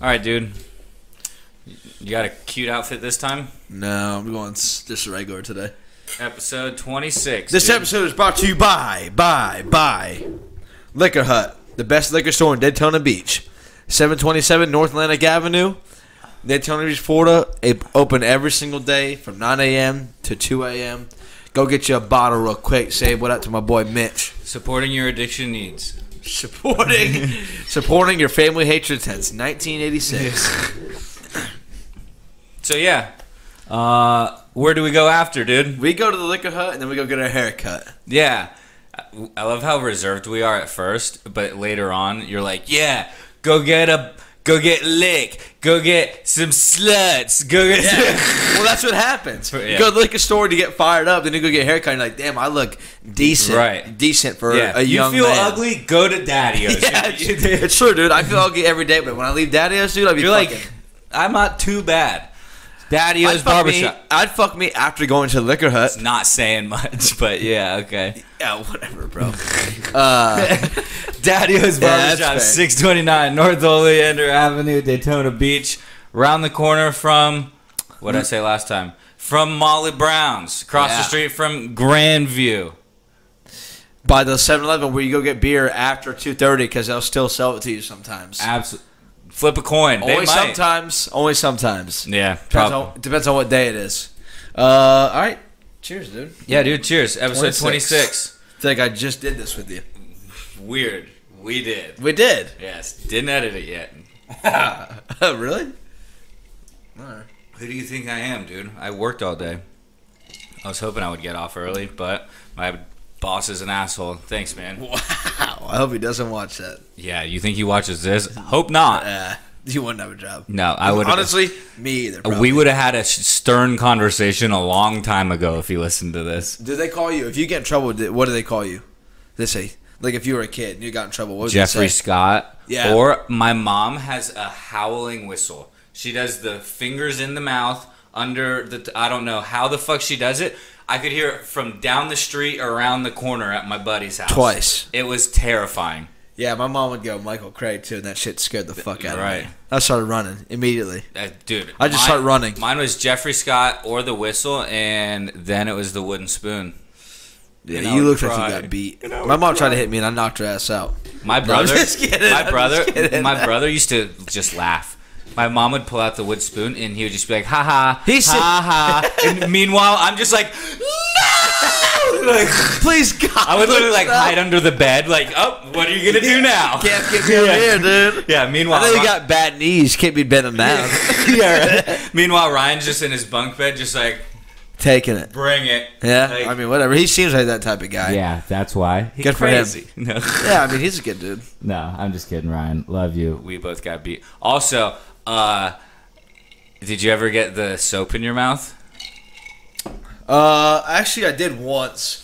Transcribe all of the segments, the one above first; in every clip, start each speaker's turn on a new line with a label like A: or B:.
A: All right, dude. You got a cute outfit this time.
B: No, I'm going s- just regular today.
A: Episode twenty six.
B: This episode is brought to you by, by, by Liquor Hut, the best liquor store in Daytona Beach. 727 North Atlantic Avenue, Daytona Beach, Florida. It open every single day from 9 a.m. to 2 a.m. Go get you a bottle real quick. Say what up to my boy Mitch.
A: supporting your addiction needs.
B: Supporting supporting your family hatred since 1986.
A: So yeah, uh, where do we go after, dude?
B: we go to the Liquor Hut and then we go get our haircut.
A: Yeah, I- I love how reserved we are at first, but later on, you're like, yeah, go get a, go get lick, go get some sluts, go get.
B: well, that's what happens.
A: Yeah.
B: You go to the liquor store to get fired up, then you go get a haircut, and you're like, damn, I look decent.
A: Right.
B: Decent for
A: yeah,
B: a young
A: you feel
B: man.
A: ugly, go to Daddy-O's.
B: Yeah, it's it's true, dude. I feel ugly every day, but when I leave Daddy's, dude, I'd be
A: You're
B: fucking,
A: like, I'm not too bad.
B: I'd
A: Daddy-O's
B: fuck, me,
A: barbershop.
B: I'd fuck me after going to the liquor hut.
A: Not saying much, but yeah, okay.
B: Yeah, whatever, bro. uh,
A: Daddy-O's
B: Yeah, that's
A: barbershop,
B: fair.
A: 629 North Oleander Avenue, Daytona Beach, round the corner from what did I say last time? From Molly Brown's, across
B: Yeah.
A: the street from Grandview.
B: by the 7-Eleven where you go get beer after 2.30 because they'll still sell it to you sometimes.
A: Absolutely. Flip a coin. Ah, They
B: only
A: might.
B: sometimes. Only sometimes.
A: Yeah,
B: Depends
A: probably.
B: on, depends on what day it is. Uh, all right. Cheers, dude.
A: Yeah, dude. Cheers. Episode
B: 26.
A: 26.
B: It's like I just did this with you.
A: Weird. We did.
B: We did.
A: Yes. Didn't edit it yet.
B: Oh, really?
A: Who do you think I am, dude? I worked all day. I was hoping I would get off early, but my boss is an asshole. Thanks, man.
B: Wow. I hope he doesn't watch that.
A: Yeah, you think he watches this? Hope not.
B: Uh, you wouldn't have a job.
A: No, I would.
B: Honestly, me either.
A: we
B: probably.
A: would have had a s- stern conversation a long time ago if he listened to this.
B: Did they call you? If you get in trouble, did- what do they call you? They say, like, if you were a kid and you got in trouble, what would
A: Jeffrey
B: they say?
A: Scott.
B: Yeah.
A: Or my mom has a howling whistle. She does the fingers in the mouth under the. T- I don't know how the fuck she does it. I could hear it from down the street around the corner at my buddy's house.
B: Twice.
A: It was terrifying.
B: Yeah, my mom would go Michael Craig too, and that shit scared the fuck out of
A: Right.
B: me. I started running immediately.
A: Uh, dude.
B: I just
A: mine-
B: start running.
A: Mine was Jeffrey Scott or the whistle, and then it was the wooden spoon.
B: Yeah,
A: And I
B: you
A: would
B: looked like
A: cry.
B: you got beat. My mom tried to hit me, and I knocked her ass out.
A: My
B: No,
A: brother,
B: I'm just kidding. I'm
A: my
B: just
A: brother,
B: kidding.
A: my brother used to just laugh. My mom would pull out the wood spoon, and he would just be like, "Ha ha,
B: He said-
A: ha ha." And meanwhile, I'm just like, "No!" Like,
B: Please God,
A: I would literally like
B: stop.
A: hide under the bed, like, "Oh, what are you gonna do now?"
B: Can't get me over here, dude.
A: Yeah. Meanwhile,
B: I know you
A: Ry-
B: got bad knees. Can't be bending down.
A: yeah. right. Meanwhile, Ryan's just in his bunk bed, just like,
B: Taking it.
A: "Bring it."
B: Yeah,
A: Like-
B: I mean, whatever. He seems like that type of guy.
C: Yeah, that's why.
B: Good for him.
A: Crazy. No.
B: Yeah, I mean, he's a good dude.
C: No, I'm just kidding, Ryan. Love you.
A: We both got beat. Also, uh, did you ever get the soap in your mouth?
B: Uh, actually, I did once,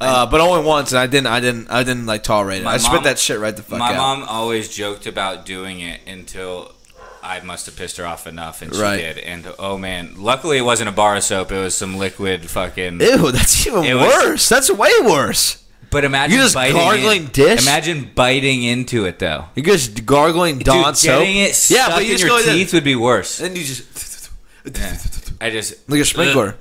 B: uh, but only once, and I didn't, I didn't, I didn't like tolerate it.
A: My
B: I spit
A: mom-
B: that shit right the fuck
A: my
B: out.
A: mom always joked about doing it until I must have pissed her off enough, and she
B: Right.
A: did. And oh man, luckily it wasn't a bar of soap; it was some liquid fucking.
B: Ew, that's even
A: It was-
B: worse. that's way worse.
A: but imagine
B: You just
A: biting
B: gargling
A: in-
B: dish?
A: Imagine biting into it though.
B: You're just gargling
A: Dude,
B: Dawn soap.
A: getting it stuck in
B: just
A: your
B: go like
A: teeth would be worse.
B: That, and then you just
A: I just
B: like a sprinkler.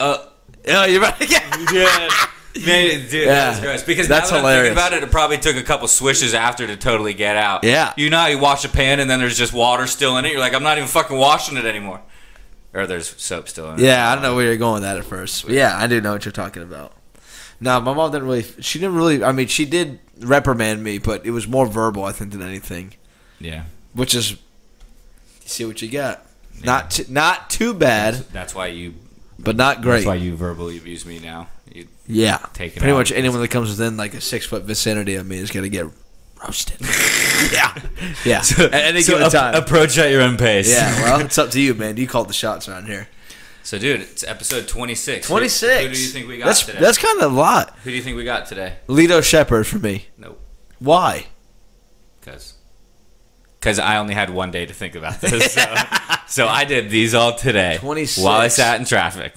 A: uh,
B: Yeah, you're right. Yeah.
A: yeah. Man, dude,
B: Yeah.
A: that's gross. Because
B: That's
A: that's now that I'm
B: hilarious.
A: thinking about it, it probably took a couple swishes after to totally get out.
B: Yeah.
A: You know how you wash a pan and then there's just water still in it. You're like, I'm not even fucking washing it anymore. Or there's soap still in it.
B: Yeah, I don't know where you're going with that at first. But yeah, I do know what you're talking about. No, my mom didn't really. She didn't really. I mean, she did reprimand me, but it was more verbal, I think, than anything.
A: Yeah.
B: Which is, you see what you got. Not t- not too bad,
A: That's why you
B: but not great.
C: That's why you verbal.
A: verbally abuse me now. You,
B: yeah,
A: Take it
B: pretty
A: out.
B: much anyone that comes within like a six foot vicinity of me is gonna get roasted. yeah, yeah. At any given time.
A: Approach at your own pace.
B: yeah, well, it's up to you, man. You call the shots around here.
A: So, dude, it's episode 26. Who-
B: Twenty six.
A: Who, do you think we got
B: That's
A: today?
B: that's kind of a lot.
A: who do you think we got today?
B: Lido Shepherd for me.
A: Nope.
B: Why?
A: Because. Because I only had one day to think about this. So, so I did these all today.
B: 26.
A: While I sat in traffic.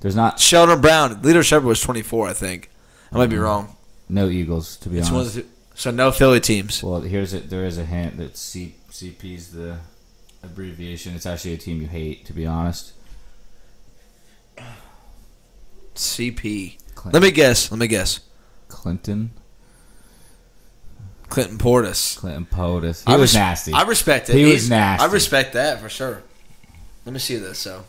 C: There's not
B: Sheldon Brown. Lido Shepherd was twenty four, I think. I might be wrong.
C: no Eagles to Mm, be
B: It's one of
C: honest.
B: the two. So no Philly teams.
C: Well, here's it. There is a hint that C CP's the abbreviation. It's actually a team you hate, to be honest.
B: CP.
C: Clint-
B: Let me guess. Let me guess.
C: Clinton,
B: Clinton Portis.
C: Clinton POTUS. He was
B: res-
C: nasty.
B: I respect it.
C: He was
B: He's-
C: nasty.
B: I respect that for sure. Let me see this. So.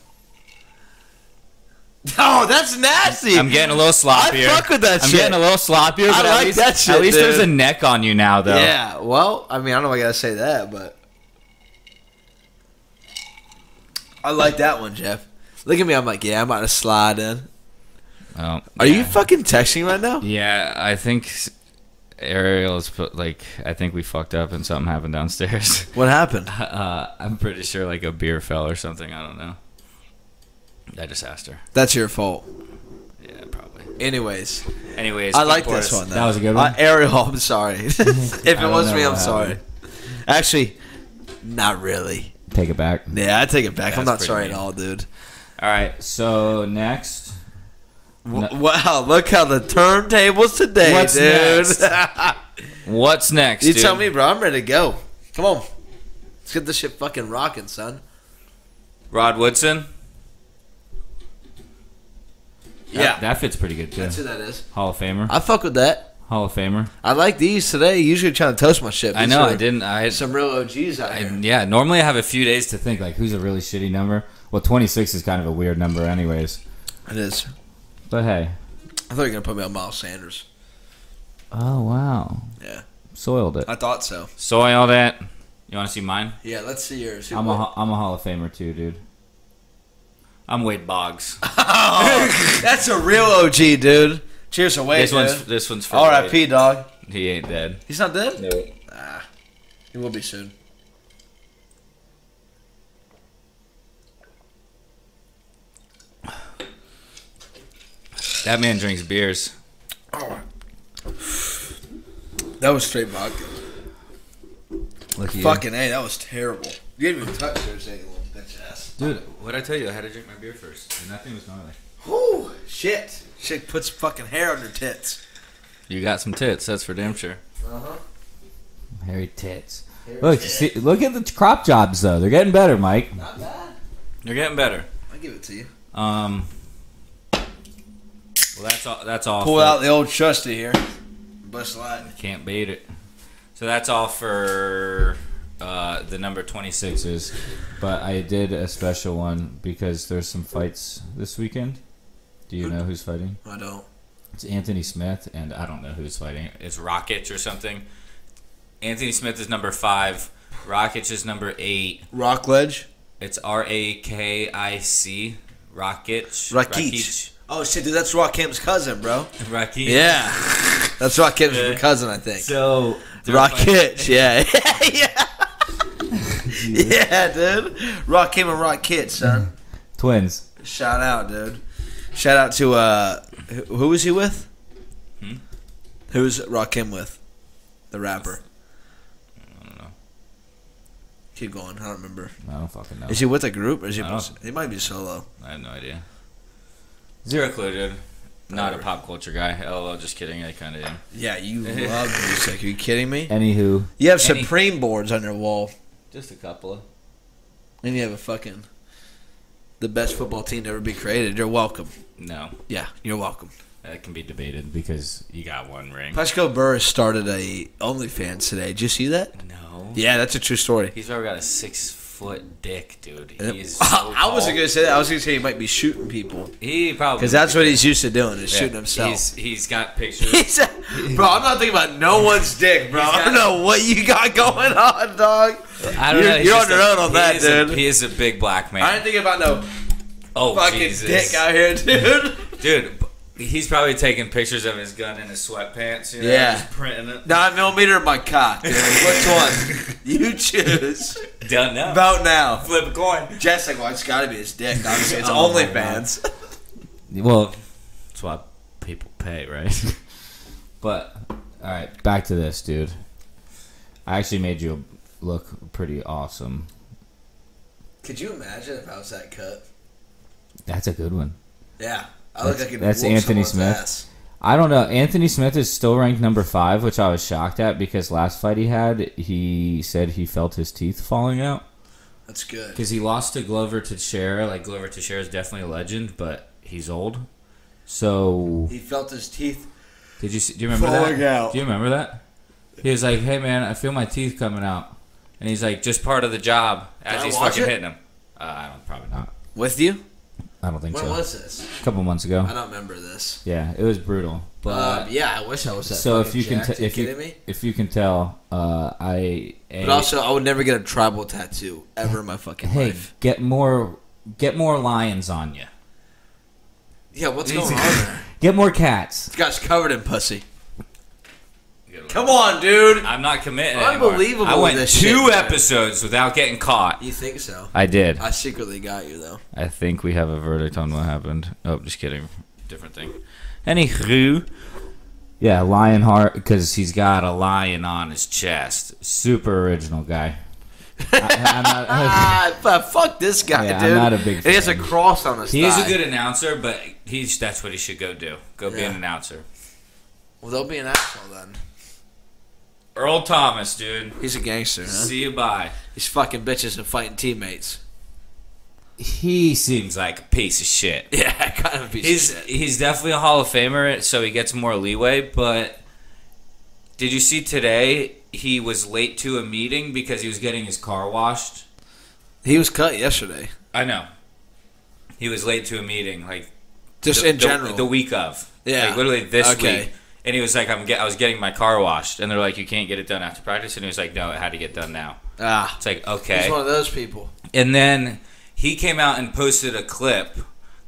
B: Oh, that's nasty.
A: I'm getting a little sloppier.
B: I fuck with that
A: I'm
B: shit.
A: getting a little sloppier.
B: I
A: But at
B: like
A: least,
B: that shit,
A: At least there's a
B: dude.
A: neck on you now, though.
B: Yeah. Well, I mean, I don't know. If I gotta say that, but I like that one, Jeff. Look at me. I'm like, yeah, I'm about to slide in.
A: Oh,
B: Are you fucking texting right now?
A: Yeah, I think s- Ariel's put like I think we fucked up and something happened downstairs.
B: What happened?
A: Uh, I'm pretty sure like a beer fell or something. I don't know. I just asked her.
B: That's your fault.
A: Yeah, probably.
B: Anyways,
A: Anyways,
B: I like
A: Clint
B: this
A: Portis.
B: one. Though.
C: That was a good one?
B: Uh, Ariel, I'm sorry. if it
C: don't
B: was
C: know
B: me, I'm
C: what
B: sorry. Actually, not really.
C: Take it back.
B: Yeah, I take it back. I'm
A: That's
B: not
A: pretty
B: sorry
A: mean.
B: at all, dude.
A: All right.
C: So next,
B: W- Wow, look how the turntables today,
A: What's
B: dude.
A: next? What's next?
B: you
A: dude?
B: tell me, bro. I'm ready to go. Come on, let's get this shit fucking rocking, son.
A: Rod Woodson.
C: that,
B: yeah,
C: that fits pretty good too.
B: that's who that is.
C: Hall of Famer.
B: I fuck with that.
C: Hall of Famer.
B: I like these today. Usually trying to toast my shit.
A: I
B: These
A: know.
B: are
A: I didn't. I,
B: Some real OGs out
A: I
B: here.
A: yeah. Normally I have a few days to
C: To think like who's a really shitty number. Well, 26 is kind of a weird number, anyways.
B: It is.
C: But hey.
B: I thought you were gonna put me on Miles Sanders.
C: Oh wow.
B: Yeah,
C: Soiled it.
B: I thought so.
A: soil all that. You want to see mine?
B: Yeah, let's see yours. Who
C: I'm a
B: won?
C: Ho- I'm a Hall of Famer too, dude.
A: I'm Wade Boggs.
B: That's a real OG, dude. Cheers away,
A: this one's
B: dude.
A: this one's for Wade.
B: R.I.P. Dog.
A: He ain't dead.
B: He's not dead.
A: No.
B: He will be soon.
A: That man drinks beers.
B: That was straight vodka.
C: Look at
B: Fucking a, that was terrible. You didn't even touch yours, you little bitch ass.
C: you, dude.
A: What I tell you? I had to drink my beer first.
C: And that thing was gnarly.
B: Whoo, shit. Shit puts fucking hair on your tits.
A: You got some tits. That's for damn sure.
B: Uh huh.
C: Hairy tits. look, see, look at the crop jobs though. They're getting better, Mike.
B: Not bad.
A: You're getting better.
B: I give it to you.
A: Um. Well, that's all. That's all.
B: Pull
A: for,
B: out the old trusty here. Bust line.
A: Can't beat it. So that's all for uh, the number twenty six.
C: Sixes. But I did a special one because there's some fights this weekend. Do you know who's fighting?
B: I don't.
C: It's Anthony Smith, and I don't know who's fighting.
A: It's Rockets or something. Anthony Smith is number five. Rockets is number eight.
B: Rock ledge.
A: It's R A K I C. Rockets.
B: Rakic. Oh shit, dude, that's Rock Kim's cousin, bro.
A: Rakic. Rakic.
B: Yeah. That's Rock Kim's
A: Yeah.
B: cousin, I think.
A: So they're fighting-
B: Rocket, yeah. yeah. yeah, dude. Rock Kim and Rock Kid, son.
C: Twins.
B: Shout out, dude. Shout out to uh who who was he with?
A: Hmm?
B: Who was Rock Kim with? The rapper.
A: I don't know.
B: Keep going, I don't remember.
C: I don't fucking know.
B: Is he with a group or is he
A: I don't-
B: he might be solo.
A: I have no idea. Zero clue, dude. Not a pop culture guy. LOL, just kidding. I kind of am.
B: Yeah, you love music. Are you kidding me?
C: Anywho,
B: You have
A: Any-
B: Supreme boards on your wall.
A: Just a couple of.
B: And you have a fucking the best football team to ever be created. You're welcome.
A: No,
B: Yeah, you're welcome.
A: that can be debated because you got one ring.
B: Pascal Burris started a OnlyFans today. Did you see that?
A: No.
B: Yeah, that's a true story.
A: He's already got a six foot dick, dude. He is. So
B: I wasn't
A: tall.
B: gonna say that. I was gonna say he might be shooting people
A: He probably.
B: because that's what he's used to doing is shooting himself.
A: He's, he's got pictures.
B: He's a- bro, I'm not thinking about no one's dick, bro.
A: He's
B: I don't
A: got-
B: know what you got going on, dog.
A: I don't
B: You're-
A: know. he's
B: you're on
A: just
B: your
A: a-
B: own on
A: he
B: that,
A: is a-
B: dude.
A: he is a big black man.
B: I ain't thinking about no
A: oh,
B: fucking
A: Jesus.
B: dick out here, dude.
A: dude. b- He's probably taking pictures of his gun in his sweatpants. You know,
B: Yeah.
A: just printing it.
B: Nine millimeter, my cock, dude. Which one? You choose.
A: Done now.
B: About now.
A: Flip a coin.
B: Jessica, well, it's got to be his dick. Obviously, it's
C: Oh my
B: OnlyFans.
C: well, that's why people pay, right? but all right, back to this, dude. I actually made you look pretty awesome.
B: Could you imagine if I was that cut?
C: That's a good one.
B: Yeah, I
C: That's-
B: look like I could
C: that's
B: whoop
C: Anthony
B: someone's
C: Smith.
B: ass.
D: I don't know. Anthony Smith is still ranked number five, which I was shocked at because last fight he had, he said he felt his teeth falling out
B: That's good.
A: because he lost to Glover Teixeira. Like Glover Teixeira is definitely a legend, but he's old.
D: So
B: He felt his teeth.
A: Did you see, do you remember
B: Falling
A: that?
B: out.
A: Do you remember that? He was like, "Hey man, I feel my teeth coming out," and he's like, "Just part of the job." As
B: I
A: he's
B: watch
A: fucking
B: it?
A: hitting him. Uh, I don't probably not.
E: With you?
D: I don't think
B: When
D: so.
B: was this?
D: a couple months ago.
B: I don't remember this.
D: Yeah, it was brutal. But
B: Uh, yeah, I wish I was that.
D: so if
B: fucking
D: you can
B: jacked.
D: t- if
B: you
D: you,
B: kidding me?
D: if you can tell, uh, I
B: But also, I would never get a tribal tattoo ever in my fucking
D: hey
B: life.
D: get more get more lions on you.
B: Yeah, what's going on there?
D: Get more cats.
B: This guy's covered in pussy. Come on, dude.
A: I'm not committing.
B: Unbelievable
A: Anymore. I went
B: this
A: two
B: shit, man.
A: episodes without getting caught.
B: You think so?
D: I did.
B: I secretly got you though.
A: I think we have a verdict on what happened. Oh, just kidding. Different thing. Anywho,
D: Yeah, lion heart because
A: because he's got a lion on his chest.
D: super original guy. I, I'm not-
B: Ah, but fuck this guy,
D: Yeah, I'm
B: dude.
D: not a big
B: And He has a
D: fan.
B: cross on his
A: He's
B: thigh.
A: a good announcer, but he's that's what he should go do. Go be an
B: Yeah.
A: announcer.
B: Well, they'll be an asshole then.
A: Earl Thomas, dude.
B: He's a gangster. Huh?
A: See you bye.
B: He's fucking bitches and fighting teammates.
A: He seems like a piece of shit.
B: Yeah, kind of. He's
A: He's he's definitely a Hall of Famer, so he gets more leeway. But did you see today? He was late to a meeting because he was getting his car washed.
B: he was cut yesterday.
A: I know. He was late to a meeting, like
B: Just
A: the,
B: in
A: the-
B: general.
A: the week of.
B: Yeah.
A: Like, literally this
B: Okay.
A: week. And he was like, "I'm get, I was getting my car washed," and they're like, "You can't get it done after practice." And he was like, "No, it had to get done now."
B: ah,
A: It's like,
B: he's
A: okay.
B: one of those people.
A: And then he came out and posted a clip,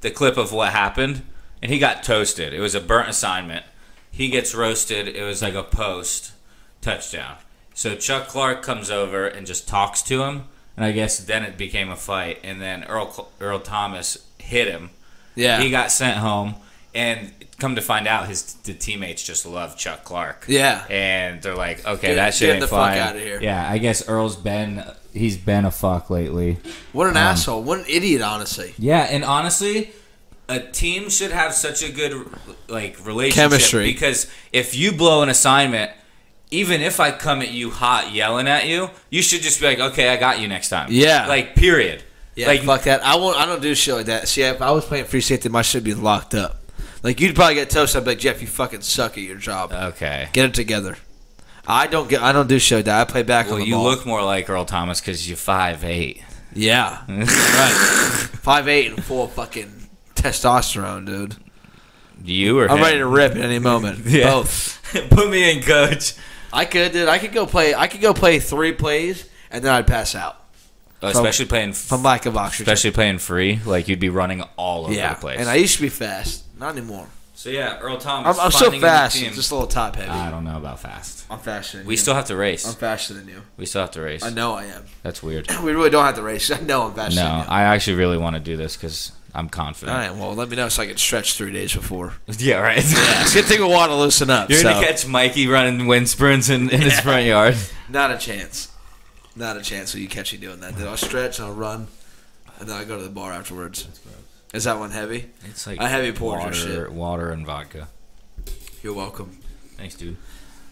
A: the clip of what happened, and he got toasted. It was a burnt assignment. He gets roasted. It was like a post touchdown. So Chuck Clark comes over and just talks to him, and I guess then it became a fight. And then Earl Earl Thomas hit him.
B: Yeah.
A: He got sent home, and come to find out, his the teammates just love Chuck Clark.
B: Yeah.
A: And they're like, okay,
B: Get-
A: that shit
B: get
A: ain't
B: the fuck
A: flying.
B: outta here.
D: yeah, I guess Earl's been he's been a fuck lately.
B: What an asshole. What an idiot, honestly.
D: Yeah, and
A: And honestly, a team should have such a good like relationship
B: Chemistry.
A: because if you blow an assignment, even if I come at you hot yelling at you, you should just be like, "Okay, I got you next time."
B: Yeah.
A: Like period.
B: Yeah,
A: like
B: fuck that. I won't. I don't do shit like that. See, if I was playing free safety, my shit would be locked up. Like you'd probably get toasted. I'd be like, Jeff, you fucking suck at your job.
A: okay.
B: get it together. I don't get. I don't do shit like that. I play back
A: Well,
B: on the
A: you
B: ball.
A: look more like Earl Thomas because you're five eight.
B: yeah, right. Five eight and full of fucking testosterone, dude.
A: You or
B: I'm
A: him?
B: ready to rip at any moment.
A: Yeah.
B: Both.
A: put me in, coach.
B: I could, dude. I could go play. I could go play three plays and then I'd pass out
A: especially playing, f-
B: from lack of oxygen.
A: especially playing free. Like you'd be running all over
B: yeah,
A: the place.
B: and I used to be fast. Not anymore.
A: so yeah, Earl Thomas.
B: I'm, I'm so
A: finding a new
B: fast.
A: team.
B: I'm just a little top heavy.
D: I don't know about fast.
B: I'm faster. Than
A: we
B: you.
A: still have to race.
B: I'm faster than you.
A: we still have to race.
B: I know I am.
A: That's weird.
B: We really don't have to race. I know I'm faster.
D: No,
B: Than you.
D: I actually really want to do this because I'm confident.
B: All right. Well, let me know so I can stretch three days before.
A: Yeah, right.
B: It's gonna take a while to loosen up.
A: You're
B: so-
A: gonna catch Mikey running wind sprints in, in his front yard.
B: Not a chance. Not a chance will you catch me doing that. Then I'll stretch and I'll run, and then I go to the bar afterwards. Is that one heavy?
A: It's like
B: A heavy porter
A: water,
B: shit.
A: water and vodka.
B: You're welcome.
A: Thanks, dude.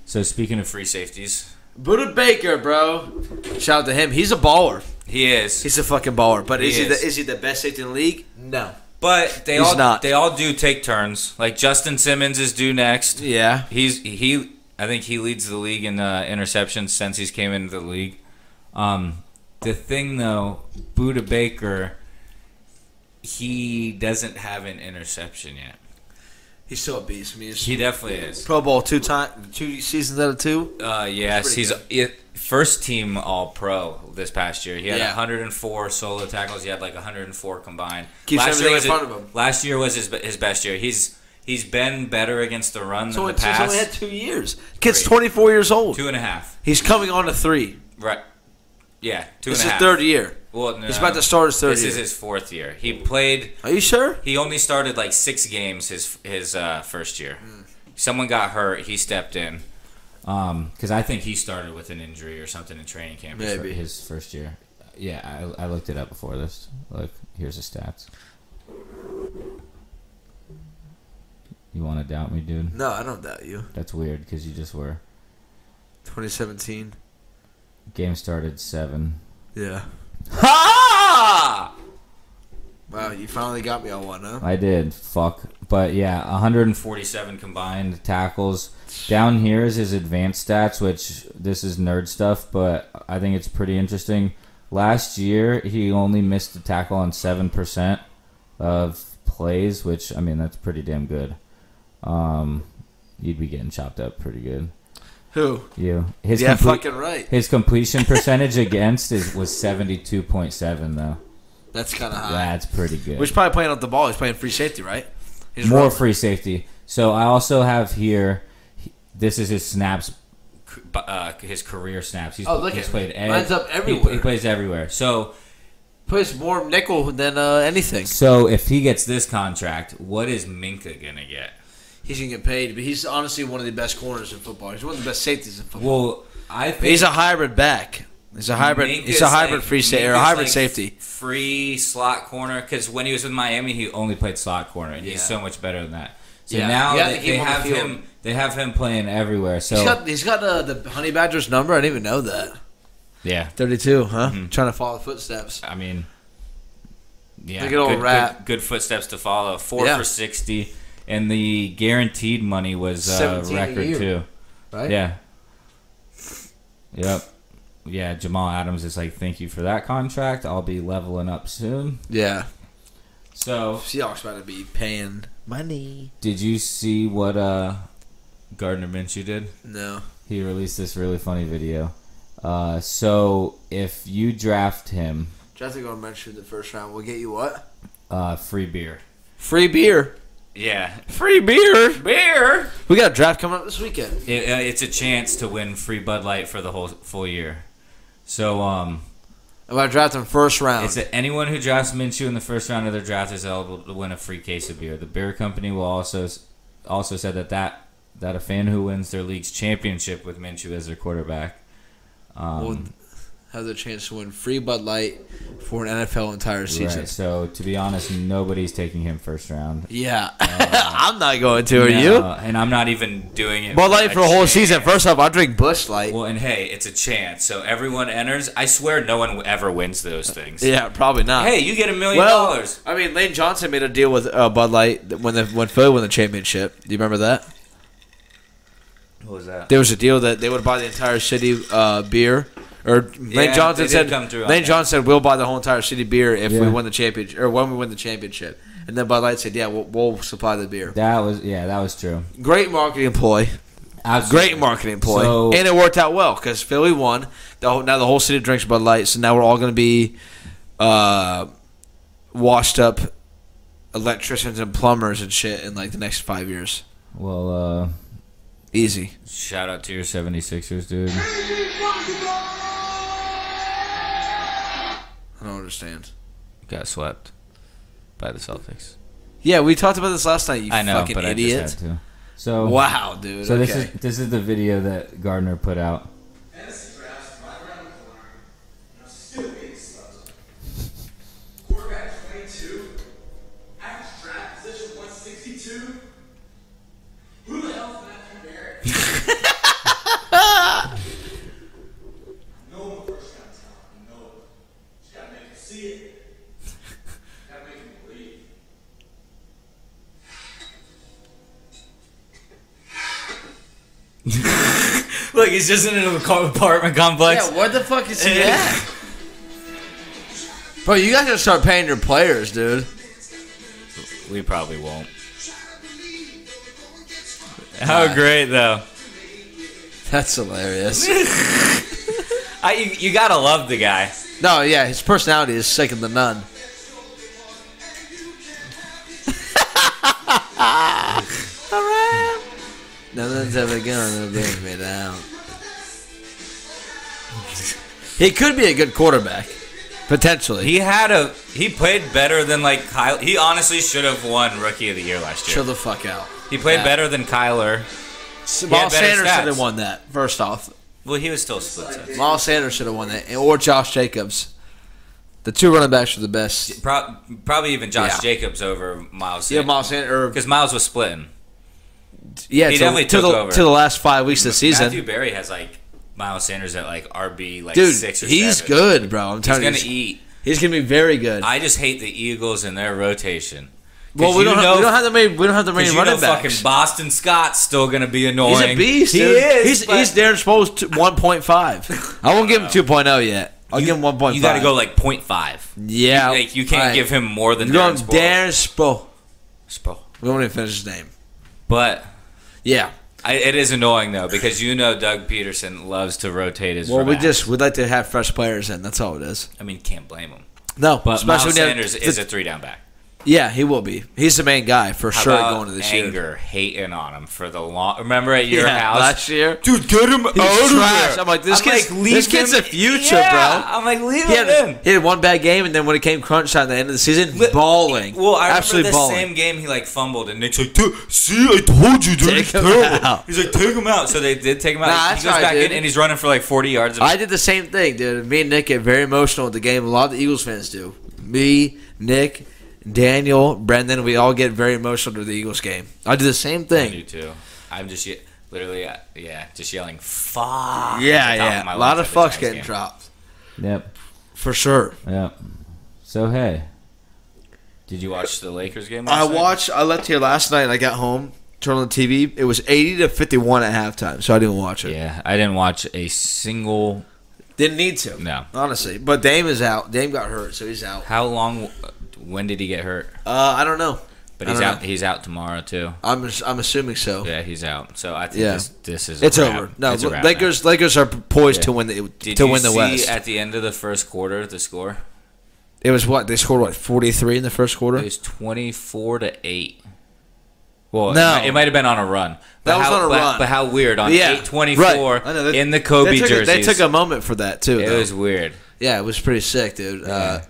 A: So speaking of free safeties,
B: Buddha Baker, bro. Shout out to him. He's a baller.
A: he is,
B: He's a fucking baller. But is
A: He
B: he,
A: is.
B: the is he the best safety in the league? No.
A: but they
B: He's
A: all
B: not.
A: they all do take turns. Like Justin Simmons is due next.
B: Yeah.
A: He's he. I think he leads the league in uh, interceptions since he's came into the league. Um, the thing though, Buda Baker, he doesn't have an interception yet.
B: He's still a beast. I mean, he's
A: He definitely is.
B: Pro Bowl two time, two seasons out of two.
A: Uh, yes,
B: pretty
A: he's it, first team All Pro this past year. He had
B: Yeah.
A: 104 solo tackles. He had like 104 combined.
B: Keeps everything
A: was
B: in front
A: his-
B: of him.
A: Last year was his be- his best year. He's he's been better against the run than
B: So
A: the
B: it's he's
A: pass.
B: only had two years. Kid's
A: Three.
B: 24 years old.
A: two and a half.
B: He's coming on to three.
A: Right. Yeah, two and a half.
B: This is third year.
A: Well, no,
B: He's about to start his third
A: This
B: year.
A: is his fourth year. He played.
B: Are you sure?
A: He only started like six games his his uh, first year. Someone got hurt. He stepped in.
D: Um, because I think he started with an injury or something in training camp. his fir-
B: Maybe.
D: his first year. Yeah, I, I looked it up before this. Look, here's the stats.
C: You want to doubt me, dude?
F: No, I don't doubt you.
C: That's weird because you just were.
F: 2017.
C: Game started seven.
F: Yeah.
A: Ha!
F: Wow, you finally got me on one, huh?
C: I did. Fuck. But yeah, 147 combined tackles. Down here is his advanced stats, which this is nerd stuff, but I think it's pretty interesting. Last year, he only missed a tackle on 7% of plays, which, I mean, that's pretty damn good. Um, you'd be getting chopped up pretty good.
F: Who?
C: You. His,
F: yeah,
C: complete-
F: fucking right.
C: his completion percentage against is, was 72.7, though.
F: That's kind of high.
C: That's pretty good.
B: Which probably playing off the ball. He's playing free safety, right? He's
C: more
B: rolling.
C: free safety. So I also have here. he- This is his snaps, c- bu- uh, his career snaps. He's,
F: Oh, look
C: he's
F: at
C: played
F: me. Mine's up
C: he- He,
F: everywhere.
C: plays everywhere. So
F: Plays more nickel than uh, anything.
C: so if he gets this contract, what is Minka gonna get?
F: He's gonna get paid, but he's honestly one of the best corners in football. He's one of the best safeties in football.
C: Well, I think
B: He's a hybrid back. He's a hybrid. he's a
A: Minka's
B: hybrid
A: like-
B: free safety or a
A: Minka's
B: hybrid
A: like
B: safety.
A: Free slot corner because when he was with Miami, he only played slot corner, and he's
F: Yeah.
A: so much better than that. So
F: Yeah.
A: now
F: You have
A: they,
F: to keep
A: they
F: him on the
A: have
F: field.
A: him. They have him playing everywhere. So
F: he's got he's got uh, the Honey Badger's number. I didn't even know that.
A: yeah,
F: Thirty-two, huh? Trying to follow the footsteps.
A: I mean, yeah,
F: Look at old
A: good,
F: Rat.
A: good, good footsteps to follow. Four
F: Yeah.
A: for sixty, and the guaranteed money was uh,
F: 17 a
C: record
F: year.
C: too.
F: Right?
C: Yeah. Yep. Yeah, Jamal Adams is like, thank you for that contract. I'll be leveling up soon.
F: Yeah.
C: So
F: Seahawks about to be paying money.
C: Did you see what uh, Gardner Minshew did?
F: No.
C: He released this really funny video. Uh, so if you draft him,
F: Draft to go mention the first round. We'll get you what?
C: uh, free beer.
F: Free beer.
A: yeah.
B: Free beer.
A: Beer.
B: We got a draft coming.
F: Coming up this weekend.
A: It, uh, it's a chance to win free Bud Light for the whole full year. So um,
F: I'm about to draft him first round.
A: it's that anyone who drafts Minshew in the first round of their draft is eligible to win a free case of beer. The beer company will also also said that that that a fan who wins their league's championship with Minshew as their quarterback.
F: we'll
A: um,
F: have the chance to win free Bud Light for an NFL entire season.
C: Right. So to be honest, nobody's taking him first round.
F: Yeah.
B: I'm not going to. Are you?
A: Uh, and I'm not even doing it.
B: Bud Light for a whole
A: chance.
B: season. First off, I drink Bud.
F: Bush Light.
A: Well, and hey, it's a chance. So everyone enters. I swear, no one ever wins those things.
B: Yeah, probably not.
A: Hey, you get a million
B: well,
A: dollars.
B: I mean, Lane Johnson made a deal with uh, Bud Light that when the when Philly won the championship. Do you remember that?
A: What was that?
B: There was a deal that they would buy the entire city uh, beer. Or Lane
A: Yeah,
B: Johnson
A: they did
B: said
A: come through on
B: Lane
A: that.
B: Johnson said we'll buy the whole entire city beer if we
C: Yeah.
B: win the championship or when we win the championship. And then Bud Light said, "Yeah, we'll, we'll supply the beer."
C: That was yeah, that was true.
B: Great marketing ploy.
C: Absolutely.
B: Great marketing ploy,
C: So-
B: and it worked out well because Philly won. The whole, now the whole city drinks Bud Light, so now we're all going to be uh, washed up electricians and plumbers and shit in like the next five years.
C: Well, uh,
B: Easy.
A: Shout out to your
C: your 76ers, dude.
F: I don't understand.
A: got swept by the Celtics.
B: Yeah, we talked about this last night. You
A: I know,
B: fucking
A: but I just
B: idiot.
C: Had to. So
B: Wow, dude.
C: So
B: okay.
C: this is this is the video that Gardner put out.
G: Quarterback 22, average draft position 162. Who the hell's Matthew Barrett? no one first round talent, no one. Just gotta make him see it. gotta make him believe.
A: Look, he's just in an apartment complex.
F: Yeah, where the fuck is he at? Bro, you guys gotta start paying your players, dude.
A: We probably won't. How great though!
F: That's hilarious.
A: I you, you gotta love the guy.
F: no, yeah, his personality is second to none. Nothing's ever gonna bring me down. He could be a good quarterback, potentially.
A: He had a he played better than like Kyle. He honestly should have won Rookie of the Year last year.
F: Chill the fuck out.
A: He played
F: Yeah.
A: better than Kyler.
F: Miles
A: better
F: Sanders
A: stats.
F: should have won that. First off,
A: Well, he was still split. Sets.
F: Miles Sanders should have won that, and- or Josh Jacobs. The two running backs are the best.
A: Pro- probably even Josh
F: Yeah.
A: Jacobs over Miles.
F: Yeah, Miles Sanders.
A: because Miles was splitting.
B: yeah,
A: He
B: to,
A: definitely
B: to
A: took
B: the,
A: over.
B: to the last five weeks of the season.
A: Matthew Barry has like Miles Sanders at like RB like
B: Dude,
A: six or
B: he's
A: seven.
B: good, bro. I'm
A: He's
B: telling
A: gonna
B: you,
A: eat.
B: he's gonna be very good.
A: I just hate the Eagles and their rotation. 'Cause
B: well, we
A: you
B: don't,
A: know,
B: have, we don't have the many. We don't have the
A: 'cause
B: many
A: you
B: running
A: know
B: backs.
A: fucking Boston Scott's still gonna be annoying.
B: He's a beast.
A: He
B: dude.
A: is.
B: He's,
A: but
B: he's Darren Sproles t- 1.5. I won't give him 2.0 yet. I'll
A: you-
B: give him 1.5.
A: You got to go like 0.5.
B: Yeah.
A: You, like you can't
B: Alright.
A: give him more than
B: We're going
A: Darren Sproles.
B: Darren Sproles.
A: Sproles.
B: We won't even finish his name.
A: But
B: Yeah.
A: I, it is annoying though because you know Doug Peterson loves to rotate his.
B: Well, we
A: running
B: just we'd like to have fresh players in. That's all it is.
A: backs. I mean, can't blame him.
B: No,
A: But
B: especially
A: Miles
B: when you have
A: Sanders
B: the-
A: is a three down back.
B: yeah, he will be. He's the main guy for
A: How
B: sure
A: about
B: going to this
A: anger,
B: year.
A: hating on him for the long. Remember at your
B: Yeah,
A: house
B: last year.
A: dude, get him
B: He's trash. I'm like, this kid's- this kid's the future,
A: Yeah.
B: bro.
A: I'm like, leave
B: He had,
A: him. in.
B: he had one bad game, and then when it came crunch time at the end of the season,
A: Li-
B: balling.
A: Well, I remember
B: absolutely
A: the
B: balling.
A: same game he like fumbled, and Nick's like, "Dude, "See, I told you, dude.
B: Take
A: he's
B: him
A: terrible."
B: out.
A: He's like, "Take him out." So they did take him out.
B: Nah,
A: he
B: that's
A: goes
B: all right,
A: back in,
B: dude.
A: and he's running for like 40 yards.
B: I did the same thing, dude. Me and Nick get very emotional at the game. A lot of the Eagles fans do. Me, Nick, Daniel, Brendan, we all get very emotional to the Eagles game. I do the same
A: I do
B: thing.
A: too. I'm just ye- literally, uh, yeah, just yelling, "Fuck!"
B: Yeah,
A: at the top
B: yeah.
A: my
B: A lot
A: lungs
B: of
A: at the
B: fucks
A: Giants
B: getting
A: game.
B: dropped.
C: Yep.
B: For sure.
C: Yep. So hey,
A: Did you watch the Lakers game?
B: I
A: last night?
B: watched. I left here last night. and I got home, turned on the TV. It was eighty to fifty-one at halftime, so I didn't watch it.
A: Yeah, I didn't watch a single.
B: Didn't need to.
A: No.
B: honestly. But Dame is out. Dame got hurt, so he's out.
A: How long? When did he get hurt?
B: Uh, I don't know.
A: But
B: I
A: he's
B: don't
A: out.
B: know.
A: He's out tomorrow too.
B: I'm ass- I'm assuming so.
A: Yeah, he's out. So I think
B: Yeah.
A: this, this is a
B: It's
A: wrap.
B: over. No,
A: It's a wrap now.
B: Lakers. Lakers are poised
A: Yeah.
B: to win the
A: Did
B: to
A: you
B: win the
A: see
B: West.
A: at the end of the first quarter the score?
B: it was what they scored what forty three in the first
A: It
B: quarter.
A: was twenty four to eight. Well, no.
B: No.
A: it, might, it might have been on a run. But
B: That was
A: how,
B: on a
A: but,
B: run.
A: But how weird on
B: Yeah,
A: eight twenty four
B: right. I know, they-
A: in the Kobe
B: they took, a-
A: jerseys.
B: They took a moment for that too.
A: it
B: though.
A: was weird.
B: yeah, it was pretty sick, dude. Uh,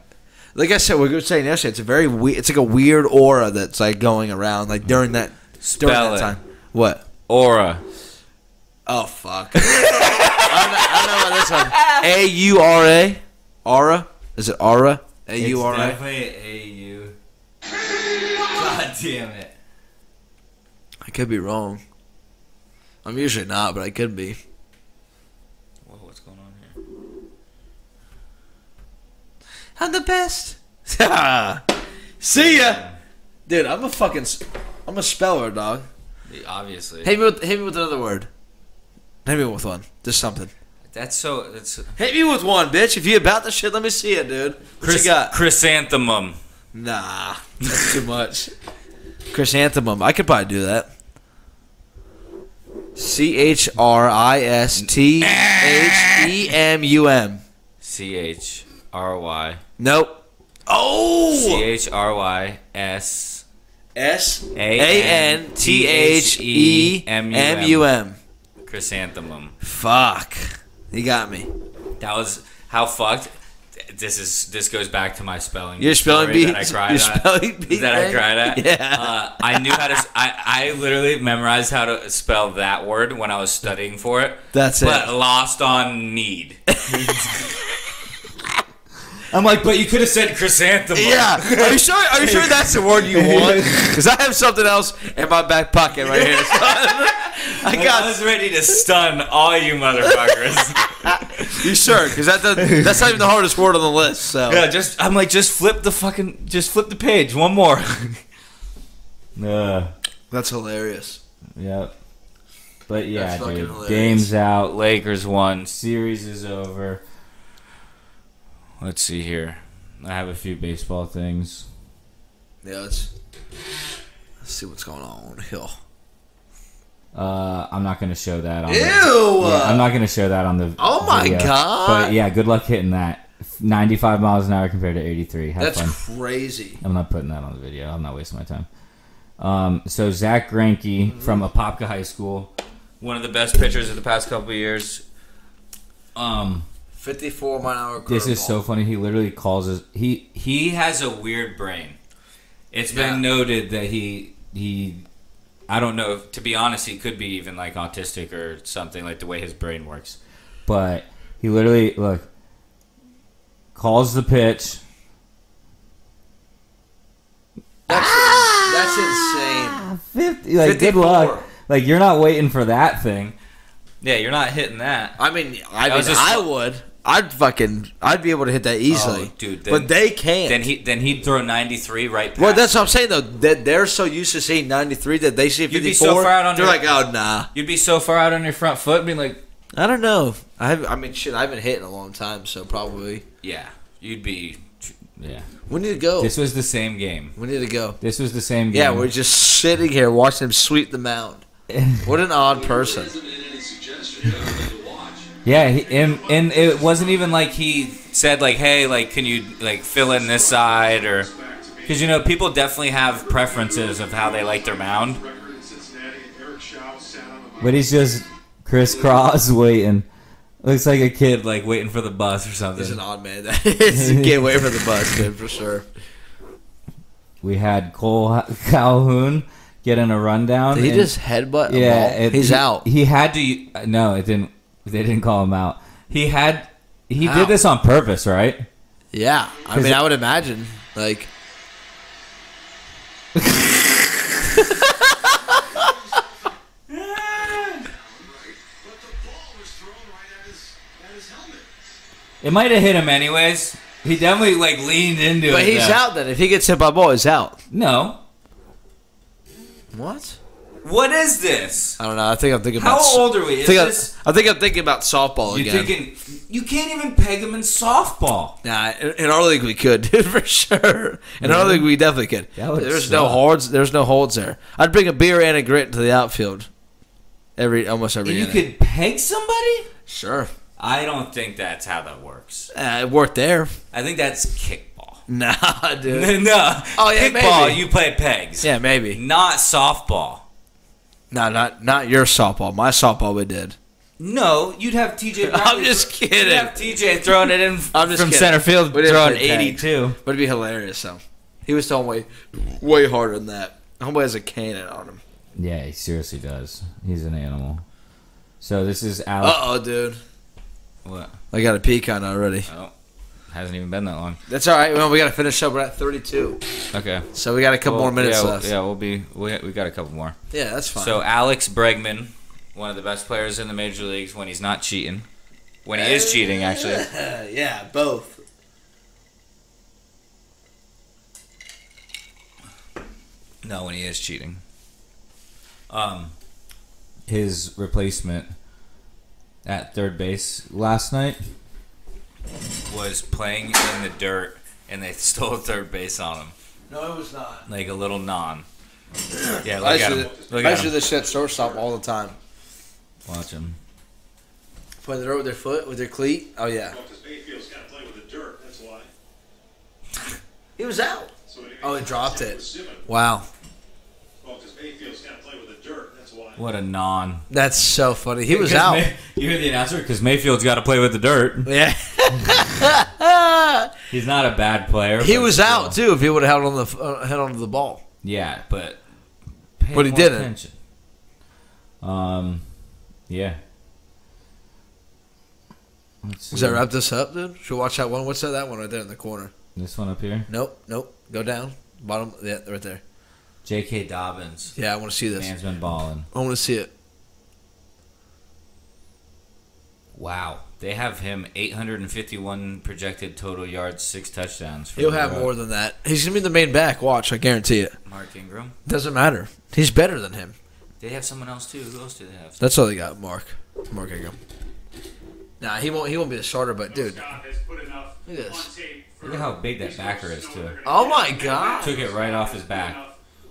B: like I said, we were saying yesterday, it's a very we- it's like a weird aura that's like going around like during that during
A: Spell
B: that
A: it.
B: time. What?
A: Aura.
B: Oh fuck! I, don't know, I don't know about this one. A U R A, aura. Is it aura? A U R A.
A: definitely AU. God damn it.
B: I could be wrong. I'm usually not, but I could be.
A: Whoa, what's going on here?
B: I'm the best. See ya, dude. I'm a fucking, s- I'm a speller, dog.
A: The- Obviously.
B: Hit me with, hit me with another word. Hit me with one, just something.
A: That's so. That's
B: Hit me with one, bitch. If you about the shit, let me see it, dude. What you got?
A: Chrysanthemum.
B: Nah, that's too much. Chrysanthemum. I could probably do that. C H R I S T H E M U M.
A: C H R Y.
B: Nope.
A: C
B: Oh.
A: H R Y S.
B: S A
A: A-N-
B: N T H E M U M.
A: Chrysanthemum.
B: Fuck. You got me.
A: That was how fucked. This is this goes back to my spelling.
B: Your spelling
A: story
B: bee-
A: That I cried
B: your
A: at.
B: spelling bee
A: That I
B: thing?
A: cried at.
B: Yeah.
A: Uh, I knew how to. s- I I literally memorized how to spell that word when I was studying for it.
B: That's it.
A: But lost on need. I'm like, but you could have said chrysanthemum.
B: Yeah. Are you sure? Are you sure that's the word you want? Because I have something else in my back pocket right here. son. I
A: Like, I
B: got.
A: was ready to stun all you motherfuckers.
B: You sure? Because that doesn't- that's not even the hardest word on the list. So.
A: yeah, just I'm like, just flip the fucking, just flip the page one more.
C: uh,
B: That's hilarious.
C: yep. But yeah,
B: That's fucking
C: dude,
B: hilarious.
C: game's out.
A: Lakers won.
C: Series is over.
A: Let's see here.
C: I have a few baseball things.
B: Yeah, let's, let's see what's going on on the hill.
C: Uh, I'm not gonna show that. on
B: Ew!
C: the- Yeah, I'm not gonna show that on the.
B: Oh my
C: video.
B: God.
C: But yeah, good luck hitting that. 95 miles an hour compared to 83. Have
B: that's
C: fun.
B: crazy.
C: I'm not putting that on the video. I'm not wasting my time. Um, so Zach Granke from Apopka High School.
A: One of the best pitchers of the past couple of years.
C: Um,
B: 54 mile an hour.
C: this is
B: curveball.
C: so funny. He literally calls us. He
A: He has a weird brain. It's
B: Yeah.
A: been noted that he he. I don't know. if- To be honest, he could be even like autistic or something like the way his brain works.
C: but he literally look calls the pitch.
B: That's, that's insane.
C: 50, like good
B: 54.
C: luck. Like you're not waiting for that thing.
A: Yeah, you're not hitting that.
B: I mean, I
A: That
B: mean,
A: was a
B: I
A: sl-
B: would. I'd fucking. I'd be able to hit that easily,
A: Oh, dude, then-
B: but they can't.
A: Then he then he'd throw 93 right past.
B: well, that's what I'm saying though. That they're so used to seeing 93 that they see 54.
A: You'd be so far out on
B: they're
A: your-
B: like, oh nah.
A: You'd be so far out on your front foot, being like,
B: I don't know. I have, I mean, shit. I haven't hit in a long time, so probably
A: yeah, you'd be.
C: Yeah.
B: we need to go.
A: This was the same game.
B: we need to go.
C: This was the same game.
B: Oh. Yeah, we're just sitting here watching him sweep the mound. What an odd person.
G: There isn't any suggestion other than to watch.
C: yeah. He,
A: And and it wasn't even like he said like, hey, like, can you like fill in this side or?
G: Back to me.
A: Because you know people definitely have preferences of how they like their mound.
G: Record in Cincinnati, Eric Shaw sat on the mound.
C: but he's just crisscross waiting.
A: Looks like a kid like waiting for the bus or something.
B: He's an odd man. That is. You can't wait for the bus, dude, for sure.
C: We had Cole Calhoun getting a rundown.
B: Did he
C: and-
B: just headbutt?
C: yeah,
B: Yeah,
C: it-
B: he's
C: he-
B: out.
C: He had to. uh, No, it didn't. They didn't call him out. He had. He
B: How?
C: did this on purpose, right?
B: Yeah, I
C: Is
B: mean,
C: it-
B: I would imagine. Like,
G: But the ball was thrown right at his, at his helmet.
A: It might have hit him anyways. He definitely like leaned into
B: but
A: it.
B: he's
A: though.
B: out. Then if he gets hit by a ball, he's out.
A: No.
B: What?
A: What is this?
B: I don't know. I think I'm thinking
A: How
B: about.
A: old are we?
B: I
A: Is
B: think, I,
A: this?
B: I think I'm thinking about softball
A: You
B: again.
A: thinking? You can't even peg him in softball.
B: Nah, in, in our league we could, dude, for sure. In our league we definitely could.
C: That would
B: There's
C: suck.
B: no holds. There's no holds there. I'd bring a beer and a grit to the outfield. Every almost every.
A: And you
B: inning.
A: could peg somebody?
B: sure.
A: I don't think that's how that works.
B: Uh, it worked there.
A: I think that's kickball.
B: Nah, dude.
A: no.
B: Oh, yeah,
A: kickball.
B: maybe.
A: You play pegs.
B: yeah, maybe.
A: Not softball.
B: No, not not your softball. My softball we did.
A: No, you'd have TJ.
B: I'm just
A: You'd
B: kidding.
A: have TJ throwing it in
B: I'm just
A: from
B: kidding.
A: center field,
B: We didn't
A: throwing
B: play tag.
A: 82.
B: But it'd be hilarious. though. he was throwing way way harder than that. Homeboy has a cannon on him.
C: Yeah, he seriously does. He's an animal. So this is
B: Uh
C: Alex.
B: oh, dude.
A: What?
B: I got a pecan already.
A: Hasn't even been that long.
B: That's all right. Well, we got to finish up. We're at 32,
A: Okay.
B: so we got a couple
A: Well,
B: more minutes
A: yeah,
B: left.
A: Yeah, we'll be. We, we got a couple more.
B: Yeah, that's fine.
A: So Alex Bregman, one of the best players in the major leagues when he's not cheating. When he is cheating, actually.
B: Uh, yeah, both.
A: No, when he is cheating. Um,
C: his replacement at third base last night.
A: was playing in the dirt and they stole third base on him,
B: No, it was not.
A: like a little non. Yeah,
B: I
A: look
B: used
A: at
B: to
A: him. Look
B: I
A: at
B: used to do
A: him.
B: this shit at shortstop all the time.
C: Watch him.
B: Playing the dirt with their foot, with their cleat. Oh yeah,
G: Because Mayfield's got to play with the dirt, that's why.
B: he was out.
G: So anyway,
B: Oh, he dropped
G: it
B: it.
G: was Simon.
B: Wow,
G: Well, because Mayfield's got to play with the dirt, that's why.
A: What a non.
B: that's so funny. He was out.
A: you hear the announcer? Because Mayfield's got to play with the dirt.
B: Yeah,
A: He's not a bad player.
B: he
A: but
B: was
A: still.
B: out too. If he would have held on the uh, held on to the ball.
A: Yeah, but. pay
B: But he
A: more
B: didn't.
A: attention.
C: Um, yeah. Let's
B: Does
C: see.
B: that wrap this up, dude? Should we watch that one? What's that? That one right there in the corner.
C: This one up here,
B: Nope, nope. Go down, bottom. Yeah, right there.
A: J.K. Dobbins.
B: Yeah, I want to see this.
C: man's been balling.
B: I want to see it.
A: Wow. They have him 851 projected total yards, six touchdowns. for
B: He'll
A: the
B: have
A: road.
B: more than that. He's gonna be the main back. Watch, I guarantee it.
A: Mark Ingram.
B: Doesn't matter. He's better than him.
A: They have someone else too. Who else do they have?
B: That's all they got, Mark. Mark Ingram. Nah, he won't. He won't be a starter, but dude,
G: Scott has put enough
B: Look at this.
G: on tape for-
A: Look at how big that backer is too.
B: Oh my God.
A: Took it right off his back.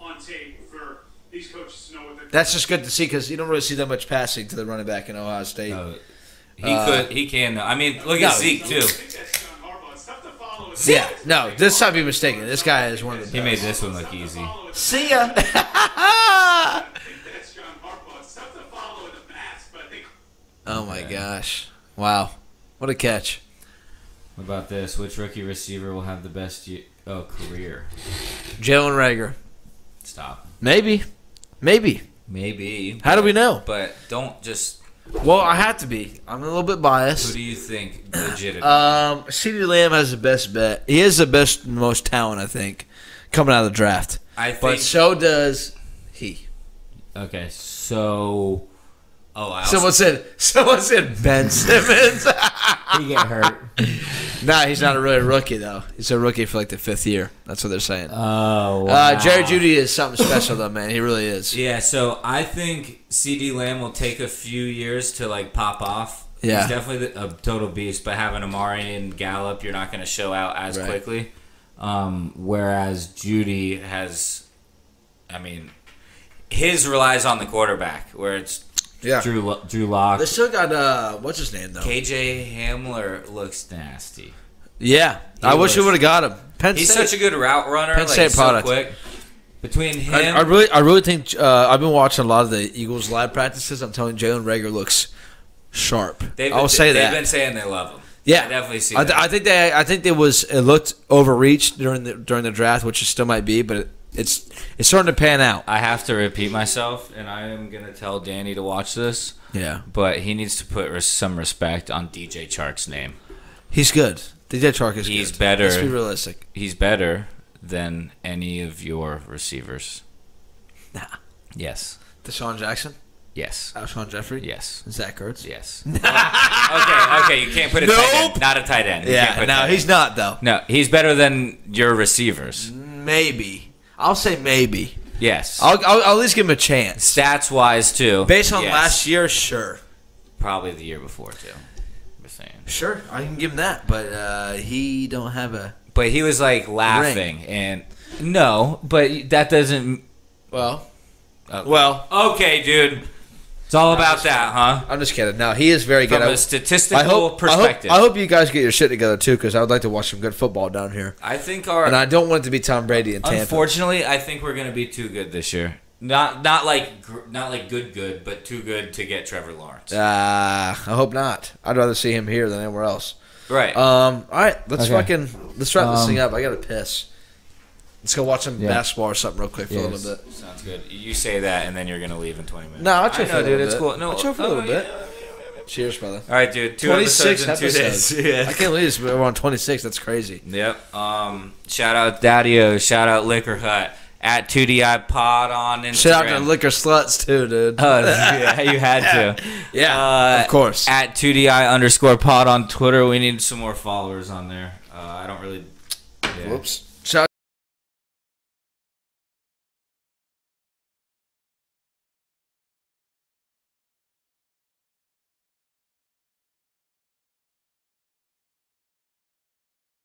G: On tape for these coaches to know what they're
B: that's just good to see because you don't really see that much passing to the running back in Ohio State.
A: Oh, he could. He can. Though. I mean, look
B: no.
A: at Zeke too.
G: I think that's John Harbaugh. It's tough to follow. It's
B: yeah,
G: tough to
B: no,
G: follow.
B: this time be mistaken. This guy is one of the
A: He
B: best.
A: made this one look easy.
B: See ya.
G: I think that's John Harbaugh. It's tough to follow in the mask, but I think
B: oh my gosh! Wow, what a catch!
C: What about this? Which rookie receiver will have the best ye oh career?
B: Jalen Rager.
A: Stop.
B: Maybe, maybe.
A: Maybe.
B: How do we know?
A: But don't just.
B: Well, I have to be. I'm a little bit
A: Who
B: biased.
A: do you think legitimately?
C: Uh,
B: Um, CeeDee Lamb has the best bet. He is the best, most talent, I think, coming out of the draft.
A: I
B: But
A: think.
B: so does he.
C: Okay, So
A: Oh, I also,
B: Someone said, someone said Ben Simmons.
C: he get hurt.
B: nah, he's not really a rookie though. He's a rookie for like the fifth year. That's what they're saying.
C: Oh, wow.
B: Uh, Jerry Judy is something special though, man. He really is.
A: yeah. So I think CD Lamb will take a few years to like pop off.
B: Yeah.
A: he's definitely the- a total beast. But having Amari and Gallup, you're not going to show out as
B: Right.
A: quickly. Um, whereas Judy has, I mean, his relies on the quarterback, where it's
B: Yeah.
C: Drew Lo- Drew Lock.
B: They still got uh, what's his name though?
A: KJ Hamler looks nasty.
B: Yeah, I wish we
A: was-
B: would have got him. Penn
A: He's
B: State.
A: such a good route runner.
B: Penn
A: like,
B: State
A: so
B: product.
A: quick. Between him,
B: I, I really, I really think uh, I've been watching a lot of the Eagles live practices. I'm telling you, Jalen Rager looks sharp.
A: they've
B: I'll
A: been,
B: say
A: they've
B: that.
A: been saying they love him.
B: yeah,
A: I definitely see.
B: I,
A: that.
B: th- I think they, I think it was it looked overreached during the during the draft, which it still might be, but it, it's it's starting to pan out.
A: I have to repeat myself, and I am gonna tell Danny to watch this,
B: Yeah,
A: but he needs to put res- some respect on DJ Chark's name.
B: he's good. DJ Chark is
A: He's
B: good.
A: better.
B: Let's be realistic.
A: He's better than any of your receivers.
B: Nah.
A: Yes.
B: Deshaun Jackson,
A: Yes.
B: Alshon Jeffrey,
A: Yes.
B: Zach Ertz.
A: Yes. okay. Okay. You can't put a tight end. Not a tight end. You can't
B: Yeah,
A: put
B: no,
A: tight
B: he's
A: end. Mm-hmm.
B: not though.
A: No, he's better than your receivers.
B: Maybe I'll say maybe.
A: Yes.
B: I'll, I'll, I'll at least give him a chance.
A: Stats wise, too.
B: Based on
A: Yes.
B: last year, sure.
A: probably the year before too. I'm just saying.
B: Sure, I can give him that, but uh, he don't have a
A: But he was like laughing and no, but that doesn't.
B: well.
A: Okay.
B: Well,
A: Okay, dude, it's all about that, huh?
B: I'm just kidding. No, he is very
A: From
B: good. I-
A: a statistical perspective,
B: I hope, I hope you guys get your shit together too, because I would like to watch some good football down here.
A: I think our
B: And I don't want it to be Tom Brady in Tampa.
A: unfortunately, I think we're gonna be too good this year. Not not like gr- not like good good, but too good to get Trevor Lawrence.
B: uh, I hope not. I'd rather see him here than anywhere else.
A: right.
B: Um, all right, let's
C: Okay.
B: fucking let's wrap this
C: Um,
B: thing up. I gotta piss. Let's go watch some
C: Yeah.
B: basketball or something real quick for a
C: Yes.
B: little bit.
A: Sounds good. You say that, and then you're gonna leave in 20 minutes.
B: No, I'll chill
A: I
B: for
A: know,
B: a little
A: dude. It's
B: bit.
A: cool. No,
B: I'll chill for a
A: oh,
B: little bit.
A: yeah.
B: Cheers, brother.
A: All right, dude. Two
B: 26
A: episodes in two
B: episodes.
A: days. Yeah.
B: I can't believe this, but we're on 26. That's crazy.
A: Yep. Um, shout out Daddio. Shout out Liquor Hut at 2DI Pod on Instagram.
B: Shout out to Liquor Sluts, too, dude.
A: Uh, yeah, you had to.
B: yeah,
A: Uh,
B: of course.
A: At 2DI underscore pod on Twitter. We need some more followers on there. Uh, I don't really. yeah.
B: Whoops.